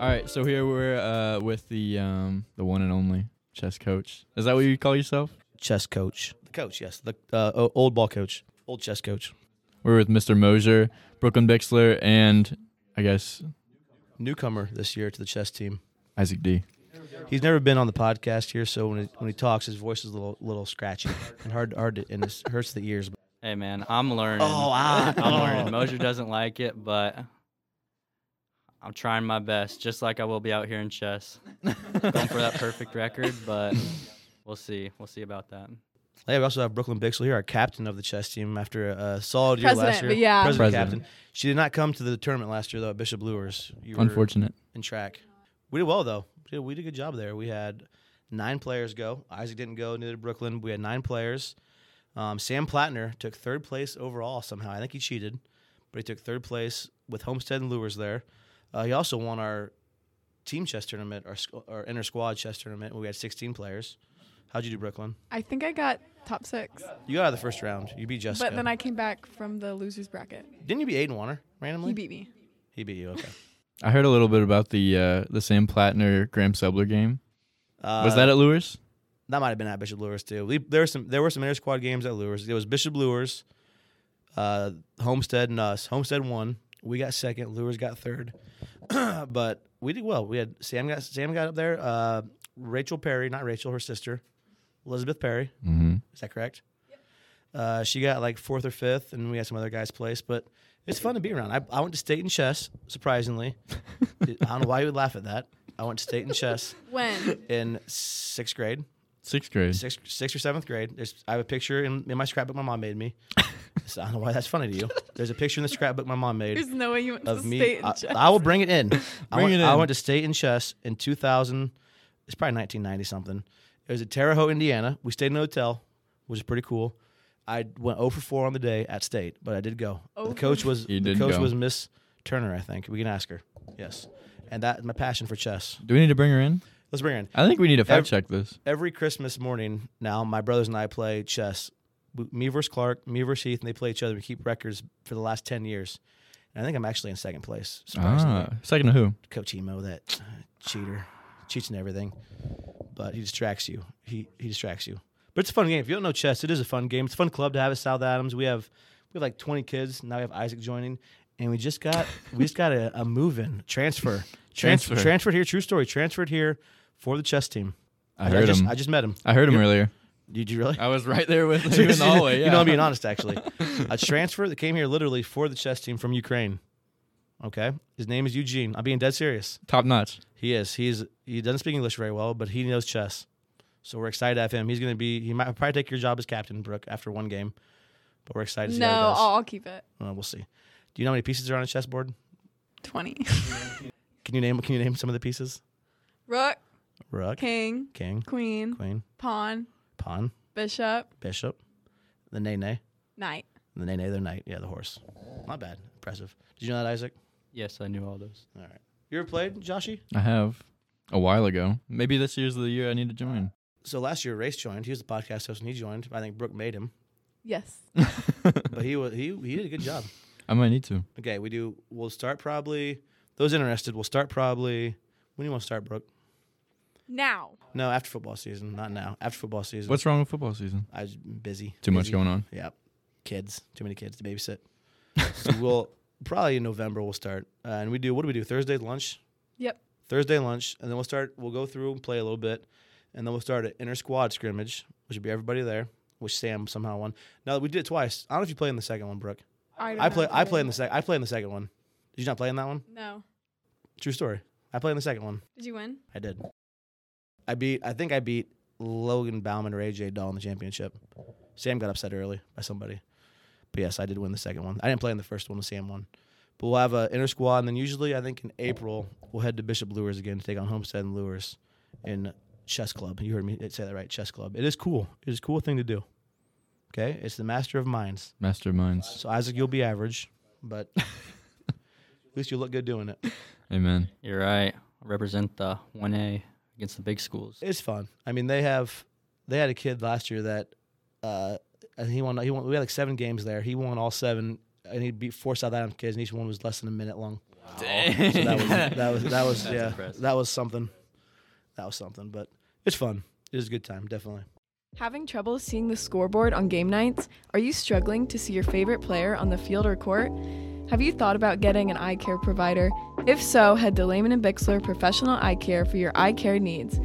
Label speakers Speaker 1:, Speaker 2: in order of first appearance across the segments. Speaker 1: All right, so here we're uh, with the um, the one and only chess coach. Is that what you call yourself?
Speaker 2: chess coach. The coach, yes. The uh, o- old ball coach. Old chess coach.
Speaker 1: We're with Mr. Moser, Brooklyn Bixler, and I guess
Speaker 2: Newcomer this year to the chess team.
Speaker 1: Isaac D.
Speaker 2: He's never been on the podcast here, so when he, when he talks, his voice is a little little scratchy and hard hard to, and it hurts the ears.
Speaker 3: Hey man, I'm learning.
Speaker 2: Oh, ah.
Speaker 3: I'm learning. Mosier doesn't like it, but I'm trying my best, just like I will be out here in chess. Going for that perfect record, but we'll see. We'll see about that.
Speaker 2: Yeah, we also have Brooklyn Bixel here, our captain of the chess team after a solid year last
Speaker 4: President,
Speaker 2: year.
Speaker 4: but yeah.
Speaker 2: President,
Speaker 1: President.
Speaker 2: captain. She did not come to the tournament last year though at Bishop Lewis. You were
Speaker 1: Unfortunate.
Speaker 2: in track. We did well though. We did, we did a good job there. We had nine players go. Isaac didn't go. Neither did Brooklyn. We had nine players. Um, Sam Plattner took third place overall somehow. I think he cheated, but he took third place with Homestead and Lures there. Uh, he also won our team chess tournament, our, squ- our inter squad chess tournament. where We had 16 players. How'd you do, Brooklyn?
Speaker 4: I think I got top six,
Speaker 2: You got out of the first round. You beat Jessica.
Speaker 4: but then I came back from the losers bracket.
Speaker 2: didn't you beat Aiden Warner randomly.
Speaker 4: He beat me.
Speaker 2: He beat you. Okay.
Speaker 1: I heard a little bit about the uh, the Sam Platner Graham Subler game.
Speaker 2: Uh,
Speaker 1: Was that at Lewis?
Speaker 2: That might have been at Bishop Lures too. We, there were some there were some inter squad games at Lures. There was Bishop Lures, uh, Homestead and us. Homestead won. We got second. Lures got third. but we did well. We had Sam got Sam got up there. Uh, Rachel Perry, not Rachel, her sister, Elizabeth Perry.
Speaker 1: Mm-hmm.
Speaker 2: Is that correct? Uh, she got like fourth or fifth, and we had some other guys place. But it's fun to be around. I, I went to state in chess. Surprisingly, I don't know why you would laugh at that. I went to state in chess
Speaker 4: When?
Speaker 2: in sixth grade
Speaker 1: Sixth grade.
Speaker 2: sixth, sixth or seventh grade. There's I have a picture in, in my scrapbook my mom made me. So I don't know why that's funny to you. There's a picture in the scrapbook my mom made
Speaker 4: There's no way you went to
Speaker 2: of me.
Speaker 4: state
Speaker 2: I,
Speaker 4: and check.
Speaker 2: I will bring it in. I,
Speaker 1: Bring
Speaker 2: went,
Speaker 1: it
Speaker 2: I
Speaker 1: in.
Speaker 2: went to state in chess in 2000. It's probably 1990 something. It was at Terre Haute, Indiana. We stayed in a hotel, which is pretty cool. I went 0 for 4 on the day at state, but I did go.
Speaker 4: Oh.
Speaker 2: The coach was
Speaker 1: You
Speaker 2: the
Speaker 1: did
Speaker 2: coach
Speaker 1: go.
Speaker 2: was Miss Turner, I think. We can ask her. Yes, and that my passion for chess.
Speaker 1: Do we need to bring her in?
Speaker 2: Let's bring her in.
Speaker 1: I think we need to fact
Speaker 2: Ev-
Speaker 1: check this.
Speaker 2: every Christmas morning now, my brothers and I play chess. W- Me versus Clark, me versus Heath, and they play each other. We keep records for the last ten years. And I think I'm actually in second place. Surprisingly,
Speaker 1: Ah, second to who?
Speaker 2: Coach Emo, that cheater, cheats and everything, but he distracts you. He he distracts you. But it's a fun game. If you don't know chess, it is a fun game. It's a fun club to have at South Adams. We have we have like 20 kids now. We have Isaac joining, and we just got we just got a, a move in transfer. transfer
Speaker 1: Transfer.
Speaker 2: transferred here. True story. Transferred here for the chess team.
Speaker 1: I heard
Speaker 2: just,
Speaker 1: him.
Speaker 2: I just met him.
Speaker 1: I heard him
Speaker 2: You're-
Speaker 1: earlier.
Speaker 2: Did you really?
Speaker 1: I was right there with him in Uh, the hallway. Yeah.
Speaker 2: You know, I'm being honest, actually. a transfer that came here literally for the chess team from Ukraine. Okay. His name is Eugene. I'm being dead serious.
Speaker 1: top notch.
Speaker 2: He is. He's he doesn't speak English very well, but he knows chess. So we're excited to have him. He's gonna be he might probably take your job as captain, Brooke, after one game. But we're excited to see
Speaker 4: no,
Speaker 2: how he does.
Speaker 4: I'll, I'll keep it.
Speaker 2: Uh, we'll see. Do you know how many pieces are on a chessboard?
Speaker 4: 20.
Speaker 2: Can you name can you name some of the pieces?
Speaker 4: Rook,
Speaker 2: Rook,
Speaker 4: king,
Speaker 2: king,
Speaker 4: queen,
Speaker 2: queen,
Speaker 4: pawn,
Speaker 2: pawn,
Speaker 4: bishop,
Speaker 2: bishop, the nay nay,
Speaker 4: knight.
Speaker 2: the nay nay, the knight. Yeah, the horse. Not bad. Impressive. Did you know that, Isaac?
Speaker 3: Yes, I knew all those.
Speaker 2: All right. You ever played Joshy?
Speaker 1: I have a while ago. Maybe this year's the year I need to join.
Speaker 2: So last year, Race joined. He was the podcast host, and he joined. I think Brooke made him,
Speaker 4: Yes.
Speaker 2: but he was he he did a good job.
Speaker 1: I might need to.
Speaker 2: Okay, we do. We'll start probably. Those interested, we'll start probably. When do you want to start, Brooke?
Speaker 4: Now.
Speaker 2: No, after football season, not now. After football season,
Speaker 1: What's wrong with football season?
Speaker 2: I was busy.
Speaker 1: Too much
Speaker 2: busy.
Speaker 1: going on.
Speaker 2: Yep. Kids, too many kids to babysit. so we'll probably in November we'll start, uh, and we do. What do we do? Thursday lunch.
Speaker 4: Yep.
Speaker 2: Thursday lunch, and then we'll start. We'll go through and play a little bit, and then we'll start an inter squad scrimmage, which would be everybody there, which Sam somehow won. Now we did it twice. I don't know if you played in the second one, Brooke.
Speaker 4: don't
Speaker 2: I
Speaker 4: know
Speaker 2: play.
Speaker 4: if
Speaker 2: I play in the sec. I play in the second one. Did you not play in that one?
Speaker 4: No.
Speaker 2: True story. I played in the second one.
Speaker 4: Did you win?
Speaker 2: I did. I beat. I think I beat Logan Bauman or AJ Dahl in the championship. Sam got upset early by somebody, but yes, I did win the second one. I didn't play in the first one. The Sam won. But we'll have a inter squad, and then usually I think in April we'll head to Bishop Lures again to take on Homestead and Lures in chess club. You heard me say that right? Chess club. It is cool. It is a cool thing to do. Okay, it's the master of minds.
Speaker 1: Masterminds.
Speaker 2: So Isaac, you'll be average, but at least you look good doing it.
Speaker 1: Amen.
Speaker 3: You're right. I represent the 1A against the big schools.
Speaker 2: It's fun. I mean, they have they had a kid last year that uh, and he won. He won. We had like seven games there. He won all seven and he beat four South Adams kids, and each one was less than a minute long.
Speaker 1: Dang.
Speaker 2: Oh, So that was that was that was
Speaker 3: That's
Speaker 2: yeah,
Speaker 3: impressive.
Speaker 2: that was something. That was something, but it's fun. It was a good time, definitely.
Speaker 4: Having trouble seeing the scoreboard on game nights? Are you struggling to see your favorite player on the field or court? Have you thought about getting an eye care provider? If so, head to Lehman and Bixler Professional Eye Care for your eye care needs.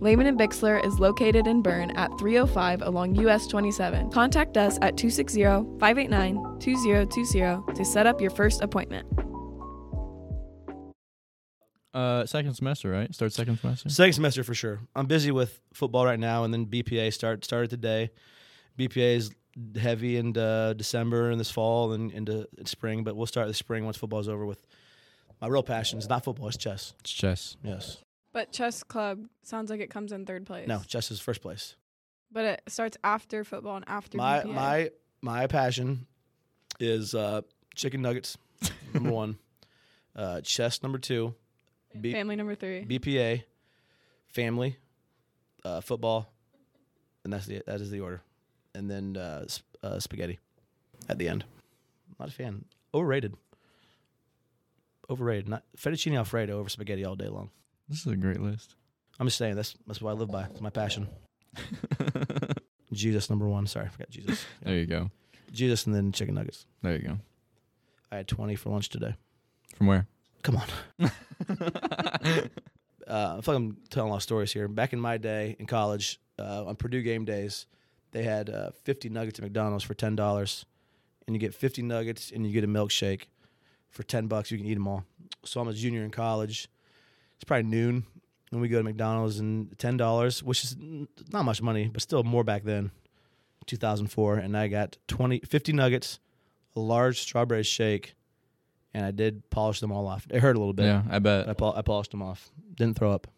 Speaker 4: Lehman and Bixler is located in Bern at 305 along US 27. Contact us at 260-589-2020 to set up your first appointment.
Speaker 1: Uh, second semester, right? Start second semester.
Speaker 2: Second semester for sure. I'm busy with football right now, and then BPA start started today. BPA is heavy in uh, December and this fall and into spring, but we'll start the spring once football's over with my real passion. is not football; it's chess.
Speaker 1: It's chess.
Speaker 2: Yes.
Speaker 5: But chess club sounds like it comes in third place.
Speaker 2: No, chess is first place.
Speaker 5: But it starts after football and after
Speaker 2: my
Speaker 5: BPA.
Speaker 2: my my passion is uh, chicken nuggets number one, uh, chess number two, B-
Speaker 5: family number three.
Speaker 2: BPA, family, uh, football, and that's the that is the order, and then uh, sp- uh, spaghetti at the end. Not a fan. Overrated. Overrated. Not fettuccine alfredo over spaghetti all day long.
Speaker 1: This is a great list.
Speaker 2: I'm just saying that's that's what I live by. It's my passion. Jesus number one. Sorry, I forgot Jesus.
Speaker 1: there you go.
Speaker 2: Jesus and then chicken nuggets.
Speaker 1: There you go.
Speaker 2: I had 20 for lunch today.
Speaker 1: From where?
Speaker 2: Come on. uh, I feel like I'm telling a lot of stories here. Back in my day in college, uh, on Purdue game days, they had uh, 50 nuggets at McDonald's for ten dollars, and you get 50 nuggets and you get a milkshake for 10 bucks. You can eat them all. So I'm a junior in college. It's probably noon, and we go to McDonald's and ten dollars, which is n- not much money, but still more back then, 2004. And I got 20, 50 nuggets, a large strawberry shake, and I did polish them all off. It hurt a little bit.
Speaker 1: yeah, I
Speaker 2: I,
Speaker 1: bet.
Speaker 2: pol- I polished them off. Didn't throw up.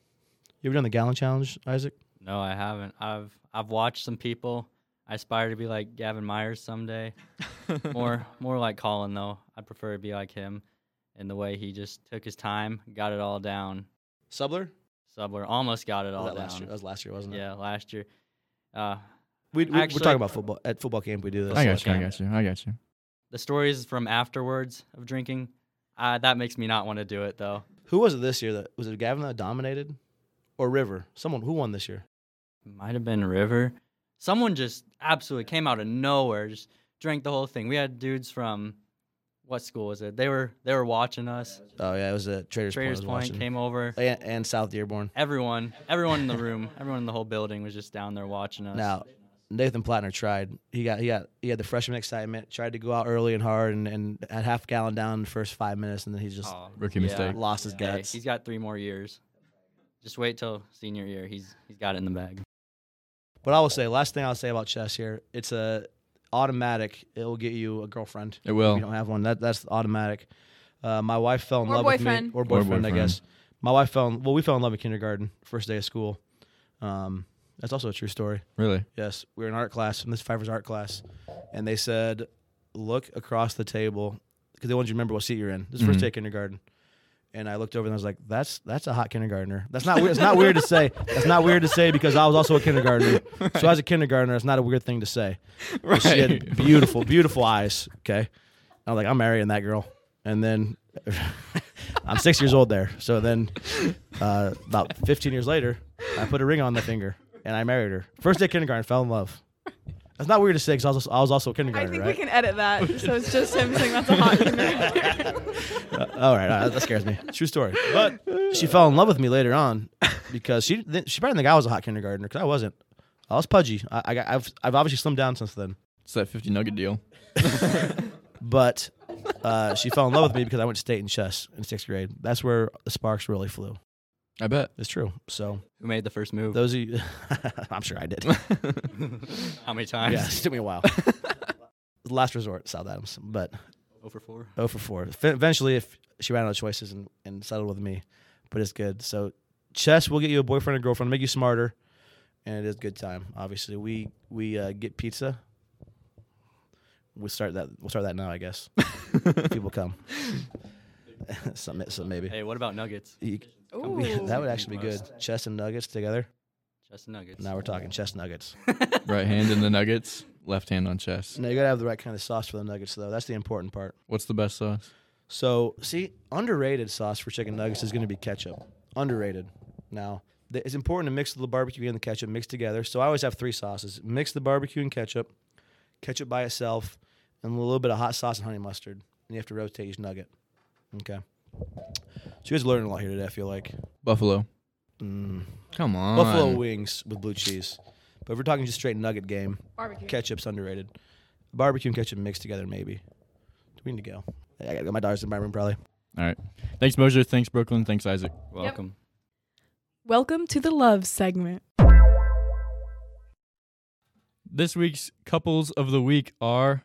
Speaker 2: You ever done the gallon challenge, Isaac?
Speaker 3: No, I haven't. I've I've watched some people. I aspire to be like Gavin Myers someday. more more like Colin though. I prefer to be like him in the way he just took his time, got it all down.
Speaker 2: Subler?
Speaker 3: Subler almost got it all
Speaker 2: that
Speaker 3: down.
Speaker 2: last year? That was last year, wasn't it?
Speaker 3: yeah, last year. Uh,
Speaker 2: We, we,
Speaker 3: Actually-
Speaker 2: we're talking about football. At football camp, we do this.
Speaker 1: I got you. I
Speaker 3: Okay.
Speaker 1: got you. I got you.
Speaker 3: the stories from afterwards of drinking, uh, that makes me not want to do it though.
Speaker 2: Who was it this year? That Was it Gavin that dominated? Or River? Someone who won this year?
Speaker 3: Might have been River. Someone just absolutely came out of nowhere, just drank the whole thing. We had dudes from what school was it? They were they were watching us.
Speaker 2: Oh, yeah, it was at Traders,
Speaker 3: Traders
Speaker 2: Point. I was
Speaker 3: Point
Speaker 2: watching.
Speaker 3: came over.
Speaker 2: and, and South Dearborn.
Speaker 3: Everyone, everyone in the room, everyone in the whole building was just down there watching us.
Speaker 2: Now, Nathan Plattner tried. He got he got he had the freshman excitement. Tried to go out early and hard, and, and had half gallon down in the first five minutes, and then he just
Speaker 3: Aw,
Speaker 1: Rookie mistake.
Speaker 2: lost his
Speaker 3: Hey,
Speaker 2: guts.
Speaker 3: he's got three more years. Just wait till senior year. He's he's got it in the bag.
Speaker 2: But I will say, last thing I'll say about chess here, it's a automatic. It will get you a girlfriend.
Speaker 1: It
Speaker 2: If you
Speaker 1: will.
Speaker 2: don't have one, that that's automatic. Uh, my wife fell in
Speaker 4: Or
Speaker 2: love
Speaker 4: boyfriend.
Speaker 2: with me, or boyfriend, I
Speaker 1: boyfriend.
Speaker 2: guess. My wife fell. In, well, we fell in love in kindergarten, first day of school. Um, that's also a true story.
Speaker 1: Really?
Speaker 2: Yes, we were in art class, in this Pfeiffer's art class, and they said, "Look across the table," because they wanted you to remember what seat you're in. This is first
Speaker 1: Mhm.
Speaker 2: day of kindergarten, and I looked over and I was like, "That's that's a hot kindergartner." That's not weird. It's not weird to say. That's not weird to say because I was also a kindergartner. So as a kindergartner, it's not a weird thing to say. But She had beautiful, beautiful eyes. Okay, I was like, "I'm marrying that girl," and then. I'm six years old there. So then, uh, about 15 years later, I put a ring on the finger and I married her. First day of kindergarten, fell in love. That's not weird to say because I was, also- I was also a
Speaker 5: I
Speaker 2: kindergarten,
Speaker 5: think we
Speaker 2: right?
Speaker 5: can edit that. so it's just him saying that's a hot commander.
Speaker 2: Uh, all right, all right, that scares me. True story. But she fell in love with me later on because she didn't- she probably didn't think I was a hot kindergartner because I wasn't. I was pudgy. I, I got, I've I've obviously slimmed down since then.
Speaker 1: It's that fifty nugget deal.
Speaker 2: But uh, she fell in love with me because I went to state in chess in sixth grade. That's where the sparks really flew.
Speaker 1: I bet.
Speaker 2: It's true. So
Speaker 3: Who made the first move?
Speaker 2: those of you, I'm sure I did.
Speaker 3: How many times?
Speaker 2: Yeah, it took me a while. Last resort, South Adams, but
Speaker 3: Over four.
Speaker 2: 0 Oh, for 4. F- eventually, if she ran out of choices and, and settled with me, but it's good. So, chess will get you a boyfriend or girlfriend, make you smarter, and it is a good time. Obviously, we we uh, get pizza. We start that. We'll start that now, I guess. People come. some, some maybe.
Speaker 3: Hey, what about nuggets?
Speaker 2: You-
Speaker 5: Ooh.
Speaker 2: that would actually be good. Chess and nuggets together.
Speaker 3: Just nuggets.
Speaker 2: Now we're talking chess nuggets.
Speaker 1: Right hand in the nuggets. left hand on chess.
Speaker 2: No, you gotta have the right kind of sauce for the nuggets, though. That's the important part.
Speaker 1: What's the best sauce?
Speaker 2: So, see, underrated sauce for chicken nuggets is going to be ketchup. Underrated. Now, th- it's important to mix the barbecue and the ketchup mixed together. So I always have three sauces: mix the barbecue and ketchup, ketchup by itself, and a little bit of hot sauce and honey mustard. And you have to rotate each nugget. Okay. So you guys are learning a lot here today. I feel like
Speaker 1: Buffalo.
Speaker 2: mm.
Speaker 1: Come on.
Speaker 2: buffalo wings with blue cheese. But if we're talking just straight nugget game,
Speaker 4: Barbecue.
Speaker 2: ketchup's underrated. Barbecue and ketchup mixed together, maybe. Do we need to go? I gotta go. My daughter's in my room probably.
Speaker 1: All right. Thanks, Mosier. Thanks, Brooklyn. Thanks, Isaac.
Speaker 3: Welcome.
Speaker 4: Welcome to the love segment.
Speaker 1: This week's couples of the week are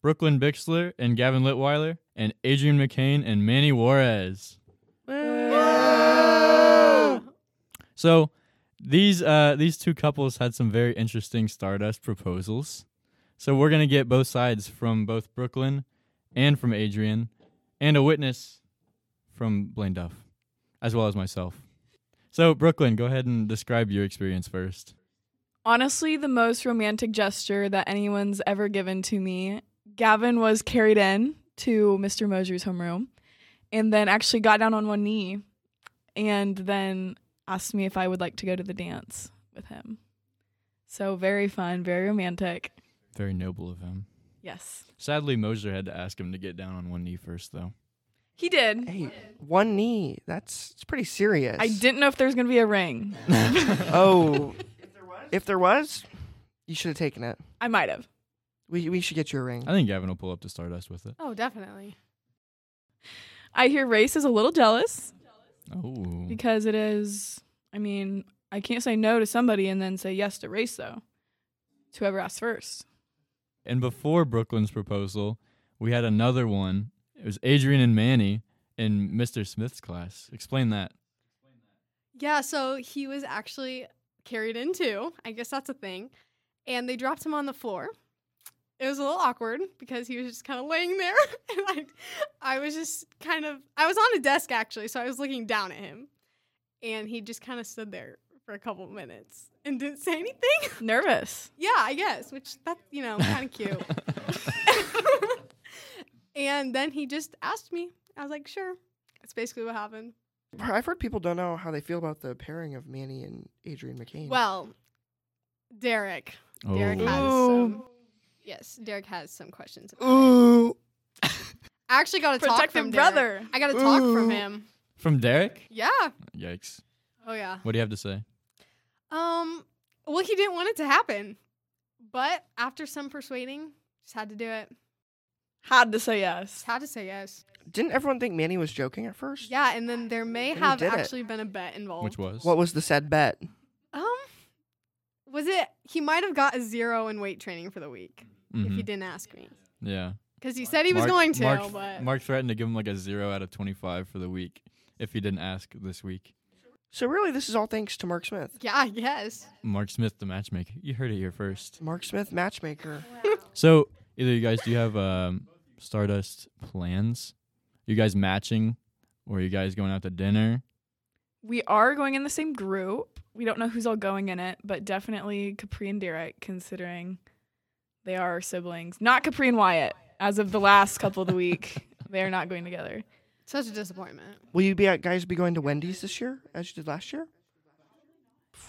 Speaker 1: Brooklyn Bixler and Gavin Litwiler, and Adrian McCain and Manny Juarez. So these uh, these two couples had some very interesting Stardust proposals. So we're gonna get both sides from both Brooklyn and from Adrian, and a witness from Blaine Duff, as well as myself. So Brooklyn, go ahead and describe your experience first.
Speaker 4: Honestly, the most romantic gesture that anyone's ever given to me. Gavin was carried in to Mr. Mosier's homeroom and then actually got down on one knee and then asked me if I would like to go to the dance with him. So very fun, very romantic.
Speaker 1: Very noble of him.
Speaker 4: Yes.
Speaker 1: Sadly, Moser had to ask him to get down on one knee first, though.
Speaker 4: He did.
Speaker 6: Hey, one knee. That's it's pretty serious.
Speaker 4: I didn't know if there was going to be a ring.
Speaker 6: Oh, if there was, you should have taken it.
Speaker 4: I might have.
Speaker 6: We we should get you a ring.
Speaker 1: I think Gavin will pull up to Stardust with it.
Speaker 5: Oh, definitely.
Speaker 4: I hear race is a little jealous
Speaker 1: Oh,
Speaker 4: because it is, I mean, I can't say no to somebody and then say yes to race, though. It's whoever asks first.
Speaker 1: And before Brooklyn's proposal, we had another one. It was Adrian and Manny in Mr. Smith's class. Explain that.
Speaker 5: Yeah, so he was actually carried in too. I guess that's a thing. And they dropped him on the floor. It was a little awkward because he was just kind of laying there. and I, I was just kind of, I was on a desk actually, so I was looking down at him. And he just kind of stood there for a couple minutes and didn't say anything.
Speaker 4: Nervous.
Speaker 5: yeah, I guess, which that's, you know, kind of cute. and then he just asked me. I was like, sure. That's basically what happened.
Speaker 6: I've heard people don't know how they feel about the pairing of Manny and Adrian McCain.
Speaker 5: Well, Derek. Derek
Speaker 1: Oh.
Speaker 5: has
Speaker 4: Ooh.
Speaker 5: some. Yes, Derek has some questions. About it.
Speaker 6: ooh,
Speaker 5: I actually got a talk
Speaker 4: Protect
Speaker 5: from
Speaker 4: your
Speaker 5: Derek.
Speaker 4: brother.
Speaker 5: I got a talk
Speaker 6: Ooh.
Speaker 5: from him.
Speaker 1: From Derek?
Speaker 5: Yeah.
Speaker 1: Yikes.
Speaker 5: Oh yeah.
Speaker 1: What do you have to say?
Speaker 5: Um. Well, he didn't want it to happen, but after some persuading, just had to do it.
Speaker 4: Had to say yes.
Speaker 5: Just had to say yes.
Speaker 6: didn't everyone think Manny was joking at first?
Speaker 5: Yeah, and then there may
Speaker 6: And he
Speaker 5: have
Speaker 6: did it.
Speaker 5: actually been a bet involved.
Speaker 1: Which was?
Speaker 6: What was the said bet?
Speaker 5: Um. Was it? He might have got a zero in weight training for the week if he
Speaker 1: Mhm.
Speaker 5: didn't ask me,
Speaker 1: Yeah.
Speaker 5: because he said he was
Speaker 1: Mark-
Speaker 5: going to.
Speaker 1: Mark,
Speaker 5: but
Speaker 1: Mark threatened to give him like a zero out of 25 for the week if he didn't ask this week.
Speaker 6: So really, this is all thanks to Mark Smith.
Speaker 5: yeah, I guess.
Speaker 1: Mark Smith, the matchmaker. You heard it here first.
Speaker 6: Mark Smith, matchmaker.
Speaker 1: So, either you guys, do you have um, Stardust plans? you guys matching? Or you guys going out to dinner?
Speaker 4: We are going in the same group. We don't know who's all going in it, but definitely Capri and Derek, considering they are our siblings. Not Capri and Wyatt. As of the last couple of the week, they are not going together.
Speaker 5: Such a disappointment.
Speaker 6: Will you be guys be going to Wendy's this year as you did last year?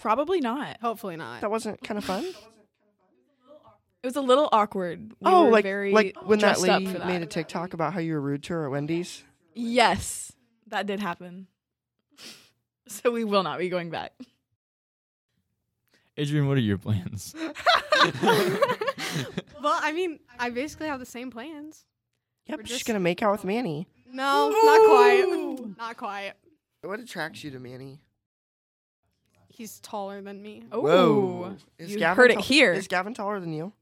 Speaker 4: Probably not.
Speaker 5: Hopefully not.
Speaker 6: That wasn't kind of fun.
Speaker 4: It was a little awkward. We
Speaker 6: oh,
Speaker 4: were
Speaker 6: like
Speaker 4: very
Speaker 6: like when that
Speaker 4: dressed up
Speaker 6: lady
Speaker 4: for that.
Speaker 6: made a TikTok about how you were rude to her at Wendy's.
Speaker 4: Yes, that did happen. So we will not be going back.
Speaker 1: Adrian, what are your plans?
Speaker 5: well, I mean, I basically have the same plans.
Speaker 6: Yep,
Speaker 5: We're
Speaker 6: she's
Speaker 5: just-
Speaker 6: gonna make out with Manny.
Speaker 5: No, not quite. Not quite.
Speaker 6: What attracts you to Manny?
Speaker 5: He's taller than me.
Speaker 4: Oh,
Speaker 6: Is
Speaker 4: You
Speaker 6: Gavin
Speaker 4: heard it
Speaker 6: tall-
Speaker 4: here.
Speaker 6: Is Gavin taller than you?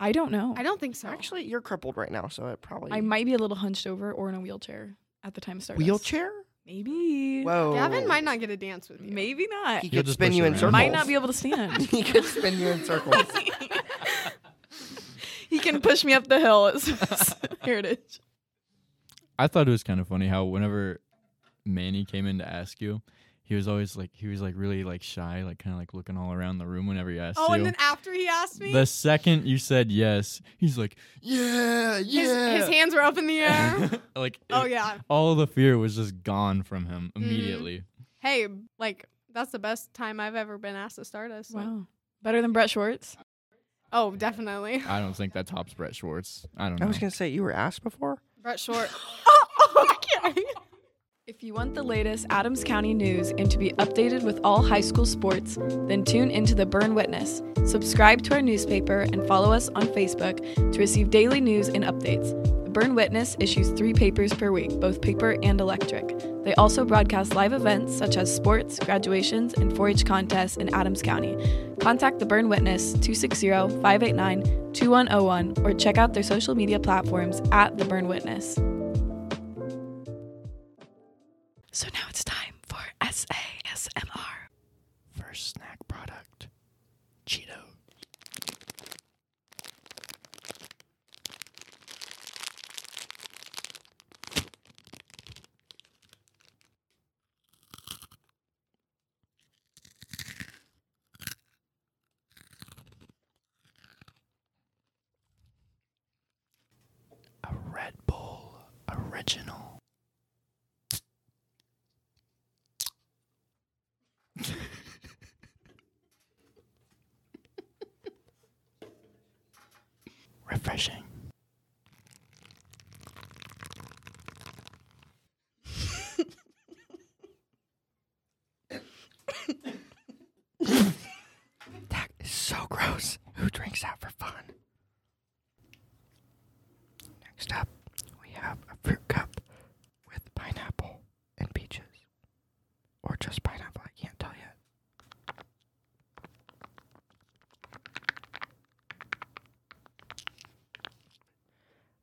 Speaker 4: I don't know.
Speaker 5: I don't think so.
Speaker 6: Actually, you're crippled right now, so it probably.
Speaker 4: I might be a little hunched over or in a wheelchair at the time of Stardust.
Speaker 6: wheelchair.
Speaker 4: Maybe.
Speaker 6: Whoa.
Speaker 5: Gavin might not get a dance with me.
Speaker 4: Maybe not.
Speaker 6: He
Speaker 1: He'll
Speaker 6: could
Speaker 1: just
Speaker 6: spin
Speaker 1: push
Speaker 6: you in
Speaker 1: around.
Speaker 6: circles.
Speaker 4: Might not be able to stand.
Speaker 6: he could spin you in circles.
Speaker 4: he can push me up the hill. It's heritage.
Speaker 1: I thought it was kind of funny how whenever Manny came in to ask you, he was always like he was like really like shy, like kind of like looking all around the room whenever you asked
Speaker 5: Oh,
Speaker 1: you.
Speaker 5: and then after he asked me,
Speaker 1: the second you said yes, he's like, yeah,
Speaker 5: his,
Speaker 1: yeah.
Speaker 5: his hands were up in the air.
Speaker 1: like,
Speaker 5: oh
Speaker 1: it-
Speaker 5: yeah. Mm-hmm.
Speaker 1: all the fear was just gone from him immediately.
Speaker 5: Hey, like that's the best time I've ever been asked to start us. so-
Speaker 4: Wow. Better than Brett Schwartz?
Speaker 5: Oh, definitely.
Speaker 1: I don't think that tops Brett Schwartz. I don't
Speaker 6: I
Speaker 1: know.
Speaker 6: was gonna say you were asked before.
Speaker 5: Brett Short. oh, okay.
Speaker 4: If you want the latest Adams County news and to be updated with all high school sports, then tune into the Burn Witness. Subscribe to our newspaper and follow us on Facebook to receive daily news and updates. The Burn Witness issues three papers per week, both paper and electric. They also broadcast live events such as sports, graduations, and 4 H contests in Adams County. Contact the Burn Witness 260 589 2101 or check out their social media platforms at The Burn Witness. So now it's time for SASMR.
Speaker 1: First snack product, Cheeto. A Red Bull original. refreshing.
Speaker 6: That is so gross. Who drinks that for fun? Next up, we have a fruit cup with pineapple and peaches. Or just pineapple, I can't tell yet.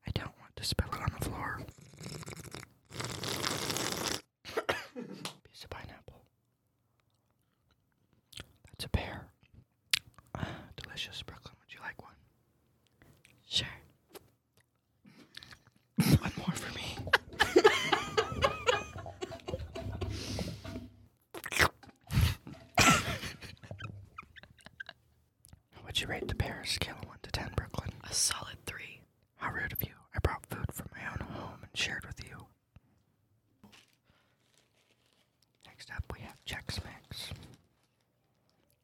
Speaker 6: I don't want to spill it on the floor. Piece of pineapple. That's a pear. Ah, delicious, Brooklyn. Would you like one?
Speaker 4: Sure.
Speaker 6: One more for me. How would you rate the Paris scale of 1 to 10, Brooklyn?
Speaker 4: A solid three.
Speaker 6: How rude of you. I brought food from my own home and shared with you. Next up, we have Chex Mix.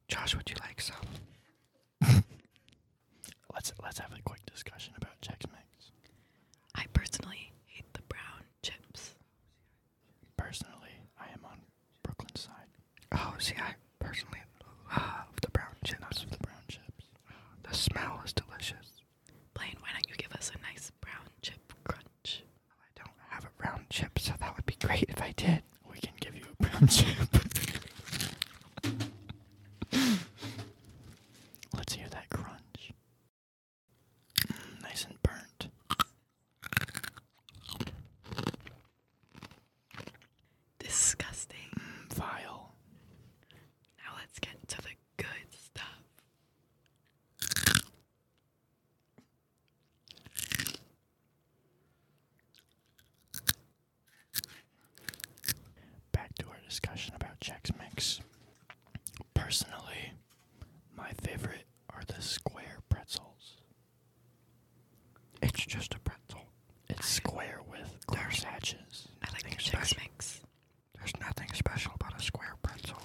Speaker 6: Josh, would you like some?
Speaker 1: Let's let's have a quick discussion about Chex Mix.
Speaker 4: I personally hate the brown chips.
Speaker 1: Personally, I am on Brooklyn's side.
Speaker 6: Oh, see, I personally love the brown chips.
Speaker 1: The brown chips.
Speaker 6: The smell is delicious.
Speaker 4: Blaine, why don't you give us a nice brown chip crunch?
Speaker 6: I don't have a round chip, so that would be great if I did.
Speaker 1: We can give you a brown chip. let's hear that crunch. Mm, nice and burnt.
Speaker 4: Disgusting.
Speaker 1: Mm, vile.
Speaker 4: Now let's get to the good stuff.
Speaker 1: Back to our discussion about Chex Mix. Personally, my favorite are the square pretzels.
Speaker 6: It's just a pretzel.
Speaker 1: It's square with glass hatches.
Speaker 4: I like the
Speaker 6: Thanks,
Speaker 4: chips
Speaker 6: Josh.
Speaker 4: mix.
Speaker 6: There's nothing special about a square pretzel,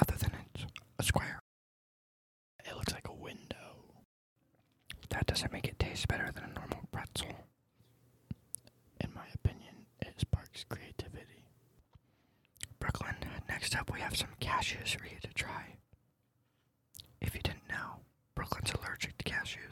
Speaker 6: other than it's a square.
Speaker 1: It looks like a window.
Speaker 6: That doesn't make it taste better than a normal pretzel.
Speaker 1: In my opinion, it sparks creativity.
Speaker 6: Brooklyn, next up we have some cashews for you to try. If you didn't know, Brooklyn's allergic to cashews.